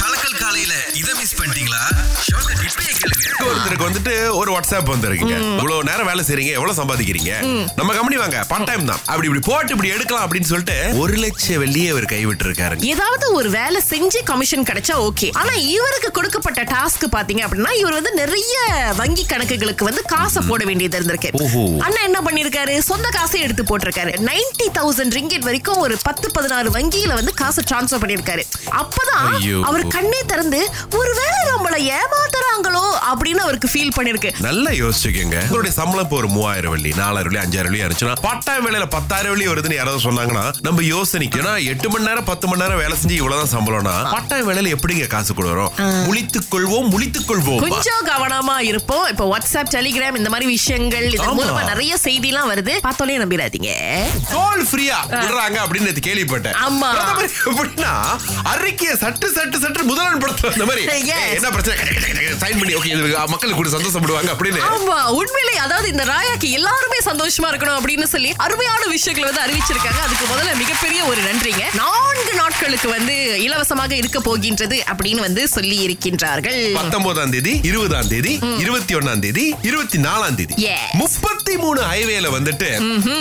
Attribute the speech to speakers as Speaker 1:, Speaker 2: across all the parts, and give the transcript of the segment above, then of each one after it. Speaker 1: கலக்கல் காலையில இத மிஸ் பண்ணிட்டீங்களா ஷோக்க இப்பயே கேளுங்க
Speaker 2: ஒருத்தருக்கு வந்துட்டு ஒரு வாட்ஸ்அப் வந்திருக்கீங்க இவ்வளவு நேரம் வேலை செய்றீங்க எவ்வளவு சம்பாதிக்கிறீங்க நம்ம கம்பெனி வாங்க பார்ட் டைம் தான் அப்படி இப்படி போட்டு இப்படி எடுக்கலாம் அப்படின்னு சொல்லிட்டு ஒரு லட்சம் வெள்ளியே அவர் கைவிட்டு இருக்காருங்க
Speaker 3: ஏதாவது ஒரு வேலை செஞ்சு கமிஷன் கிடைச்சா ஓகே ஆனா இவருக்கு கொடுக்கப்பட்ட டாஸ்க் பாத்தீங்க அப்படின்னா இவர் வந்து நிறைய வங்கி கணக்குகளுக்கு வந்து காசை போட வேண்டியது இருந்திருக்கு
Speaker 2: ஓஹோ.
Speaker 3: அண்ணா என்ன பண்ணிருக்காரு சொந்த காசை எடுத்து போட்டிருக்காரு 90000 தௌசண்ட் ரிங்கெட் வரைக்கும் ஒரு பத்து பதினாறு வங்கியில வந்து காசை ட்ரான்ஸ்ஃபர் பண்ணிருக்காரு அப்பதான்
Speaker 2: ஐயோ.
Speaker 3: அவர் கண்ணே திறந்து ஒருவேளை நம்மள ஏமாத்துறாங்களோ அப்படின்னு அவருக்கு ஃபீல் பண்ணிருக்கு
Speaker 2: நல்லா யோசிச்சுக்கோங்க உங்களுடைய சம்பளம் இப்போ ஒரு மூவாயிரம் வெள்ளி நாலாயிரம் வெள்ளி அஞ்சாயிரம் வெள்ளி இருந்துச்சுன்னா பார்ட் டைம் வேலையில பத்தாயிரம் வெள்ளி வருதுன்னு யாராவது சொன்னாங்கன்னா நம்ம யோசனைக்கு ஏன்னா எட்டு மணி நேரம் பத்து மணி நேரம் வேலை செஞ்சு இவ்வளவுதான் சம்பளம்னா பார்ட் டைம் வேலையில எப்படிங்க காசு கூட வரும் முழித்துக் கொள்வோம் முழித்துக் கொள்வோம்
Speaker 3: கொஞ்சம் கவனமா இருப்போம் இப்ப வாட்ஸ்அப் டெலிகிராம் இந்த மாதிரி விஷயங்கள் இதன்
Speaker 2: ஆமா.
Speaker 3: மூலமா நிறைய செய்தி எல்லாம் வருது பார்த்தோன்னே நம்பிடாதீங்க
Speaker 2: டோல் ஃப்ரீயா விடுறாங்க அப்படின்னு நேத்து கேள்விப்பட்டேன்
Speaker 3: ஆமா.
Speaker 2: பிரதமர் எப்படின்னா அறிக்கையை சட்டு சட்டு சட்டு முதலாளி படத்துல அந்த மாதிரி
Speaker 3: Yes.
Speaker 2: ஏய், என்ன பிரச்சனை சைன் பண்ணி ஓகே மக்களுக்கு கூட சந்தோஷப்படுவாங்க அப்படின்னு
Speaker 3: ஆமா உண்மையிலே அதாவது இந்த ராயாக்கு எல்லாருமே சந்தோஷமா இருக்கணும் அப்படின்னு சொல்லி அருமையான விஷயங்களை வந்து அறிவிச்சிருக்காங்க அதுக்கு முதல்ல மிகப்பெரிய ஒரு நன்றிங்க நான்கு நாட்களுக்கு வந்து இலவசமாக இருக்க போகின்றது அப்படின்னு வந்து சொல்லி இருக்கின்றார்கள்
Speaker 2: பத்தொன்பதாம் தேதி இருபதாம் தேதி இருபத்தி ஒண்ணாம் தேதி இருபத்தி நாலாம் தேதி
Speaker 3: Yes.
Speaker 2: முப்பத்தி மூணு ஹைவேல வந்துட்டு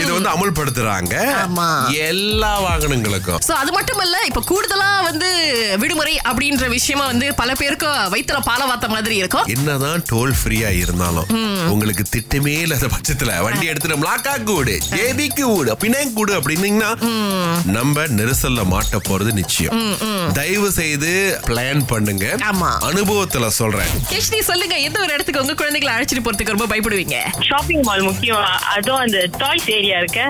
Speaker 2: இது வந்து அமல்படுத்துறாங்க
Speaker 3: ஆமா.
Speaker 2: எல்லா வாகனங்களுக்கும்
Speaker 3: சோ அது மட்டும் இல்ல இப்ப கூடுதலா வந்து விடுமுறை அப்படின்ற விஷயமா வந்து பல பேருக்கு வயித்துல பாலவாத்த மாதிரி இருக்கும்
Speaker 2: என்னதான் டோல் ஃப்ரீயா இருந்தாலும் உங்களுக்கு திட்டமே இல்லாத பட்சத்துல வண்டி எடுத்துட்டு லாக்காக்கு வீடு ஜேபிக்கு வீடு பினாங்கு வீடு அப்படின்னீங்கன்னா நம்ம நெரிசல்ல மாட்ட போறது நிச்சயம் தயவு செய்து பிளான் பண்ணுங்க
Speaker 3: ஆமா.
Speaker 2: அனுபவத்துல சொல்றேன்
Speaker 3: கேஷ்னி சொல்லுங்க எந்த ஒரு இடத்துக்கு உங்க குழந்தைகளை அழைச்சிட்டு போறதுக்கு ரொம்ப பயப்படுவீங்க
Speaker 4: ஷாப்பிங் மால் முக்கியம் அதுவும் அந்த டாய்ஸ் ஏரியா இருக்க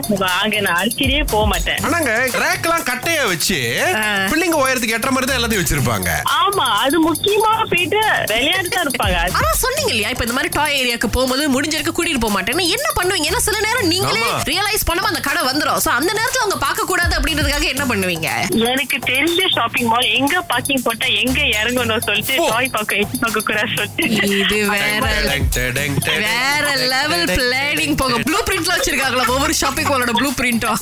Speaker 4: அங்க நான் அடிச்சிட்டே போக மாட்டேன்
Speaker 2: ஆனாங்க ரேக்கெல்லாம் கட்டையா வச்சு
Speaker 3: ஆ.
Speaker 2: பிள்ளைங்க உயரத்துக்கு ஏற்ற மாதிரி தான் எல்லாத்தையும் வச்சிருப்பாங்க
Speaker 4: ஆமா அது முக்கியமா போயிட்டு விளையாட்டு தான் இருப்பாங்க
Speaker 3: ஆனா சொன்னீங்க இல்லையா இப்ப இந்த மாதிரி டாய் ஏரியாக்கு போகும்போது முடிஞ்சிருக்க கூட்டிட்டு போக மாட்டேன்னு என்ன பண்ணுவீங்க ஏன்னா சில நேரம் நீங்களே
Speaker 2: ஆமா.
Speaker 3: ரியலைஸ் பண்ணாம அந்த கடை வந்துரும் சோ அந்த நேரத்துல அவங்க பார்க்க கூடாது அப்படின்றதுக்காக என்ன பண்ணுவீங்க
Speaker 4: எனக்கு தெரிஞ்ச ஷாப்பிங் மால் எங்க பார்க்கிங் போட்டா எங்க இறங்கணும் சொல்லிட்டு
Speaker 2: ஓ.
Speaker 4: டாய் பக்கம் எச்சு பார்க்க கூடாது சொல்லிட்டு
Speaker 3: இது வேற
Speaker 2: டேங், டேங், டேங், டேங்,
Speaker 3: வேற
Speaker 2: டேங்,
Speaker 3: லெவல்
Speaker 2: டேங்,
Speaker 3: பிளானிங் போங்க ப்ளூ பிரிண்ட்ல வச்சிருக்காங்களா ஒவ்வொரு ஷாப்பிங் மாலோட ப்ளூ பிரிண்டும்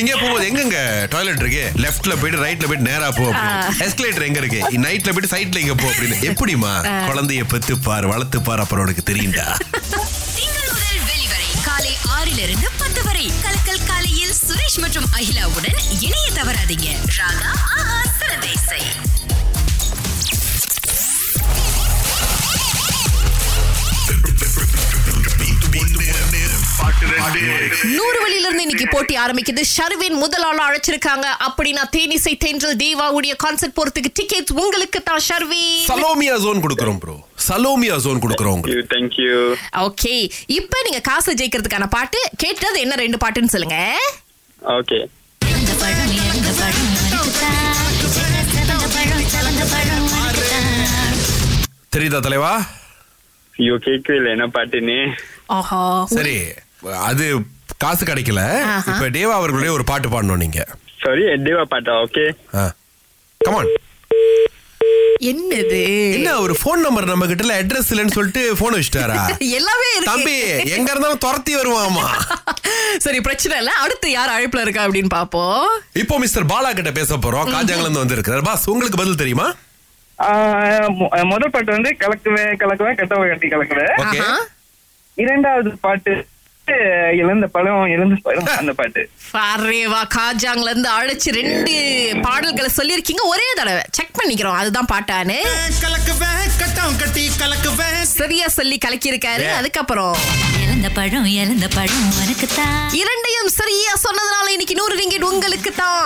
Speaker 2: இங்க போகும்போது எங்கங்க டாய்லெட் இருக்கு லெஃப்ட்ல போயிட்டு ரைட்ல போயிட்டு நேரா போ எஸ்கலேட்டர் எங்க இருக்கு நைட்ல போயிட்டு சைட்ல இங்க போ அப்படின்னு எப்படிமா குழந்தைய பெத்து பாரு வளர்த்து பாரு அப்புறம் உனக்கு தெரியும்டா
Speaker 5: திங்கள் முதல் வெளிவரை காலை ஆறிலிருந்து பத்து வரை கலக்கல் காலையில் சுரேஷ் மற்றும் அகிலாவுடன் இணைய தவறாதீங்க ராகா ஆஹா சிறந்த இசை
Speaker 3: நூறு வழியில இருந்து இன்னைக்கு போட்டி ஆரம்பிக்குது ஷர்வின் முதல் ஆளா அழைச்சிருக்காங்க அப்படின்னா தேனிசை தென்றல் தேவாவுடைய கான்சர்ட் போறதுக்கு டிக்கெட் உங்களுக்கு தான் ஷர்வின்
Speaker 2: சலோமியா ஜோன் கொடுக்குறோம் ப்ரோ சலோமியா ஜோன் கொடுக்குறோம் உங்களுக்கு
Speaker 6: you. Thank you.
Speaker 3: ஓகே இப்போ நீங்க காசு ஜெயிக்கிறதுக்கான பாட்டு கேட்டது என்ன ரெண்டு பாட்டுன்னு சொல்லுங்க
Speaker 6: Okay.
Speaker 5: இந்த பழம் இந்த பழம் நாட்டுதான். சிறந்த பழம் சிறந்த பழம் நாட்டுதான்.
Speaker 2: தெரியுதா தலைவா
Speaker 6: ஐயோ கேட்கவே என்ன பாட்டுன்னு
Speaker 3: ஆஹா
Speaker 2: சரி அது காசு கிடைக்கல
Speaker 3: ஆஹா.
Speaker 2: இப்ப தேவா அவர்களுடைய ஒரு பாட்டு பாடணும் நீங்க
Speaker 6: சாரி தேவா பாட்டா ஓகே
Speaker 2: கமான்
Speaker 3: என்னது
Speaker 2: என்ன ஒரு ஃபோன் நம்பர் நம்ம கிட்ட அட்ரஸ் இல்லைன்னு சொல்லிட்டு போன் வச்சுட்டாரா
Speaker 3: எல்லாமே
Speaker 2: தம்பி
Speaker 3: இருக்கு
Speaker 2: எங்க இருந்தாலும் துரத்தி வருவாமா
Speaker 3: சரி பிரச்சனை இல்ல அடுத்து யார் அழைப்புல இருக்கா அப்படின்னு பாப்போம்
Speaker 2: இப்போ மிஸ்டர் பாலா கிட்ட பேச போறோம் காஜாங்கல இருந்து வந்திருக்கிறார் பாஸ் உங்களுக்கு பதில் தெரியுமா
Speaker 7: முதல் பாட்டு வந்து கலக்குவே கலக்குவே கட்டவை கட்டி கலக்குவே
Speaker 2: ஓகே
Speaker 3: ஆஹா.
Speaker 7: இரண்டாவது பாட்டு அஹ், இழந்த பழம் இழந்த பழம் அந்த பாட்டு
Speaker 3: அரேவா காஜாங்ல இருந்து அழைச்சு ரெண்டு பாடல்களை சொல்லியிருக்கீங்க ஒரே தடவை செக் பண்ணிக்கிறோம் அதுதான் பாட்டான்னு
Speaker 8: கலக்குவேன் கட்டம் கட்டி கலக்குவேன்
Speaker 3: சரியா சொல்லி கலக்கியிருக்காரு அதுக்கப்புறம்
Speaker 5: இழந்த பழம் இழந்த பழம் உனக்குத்தான்
Speaker 3: இரண்டையும் சரியா சொன்னதுனால இன்னைக்கு நூறு ரிங்கெட் உங்களுக்கு தான்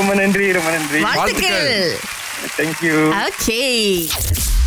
Speaker 7: ரொம்ப நன்றி ரொம்ப நன்றி
Speaker 3: வாழ்த்துக்கள்
Speaker 2: வாழ்த்துக்கள்.
Speaker 7: Thank you
Speaker 3: okay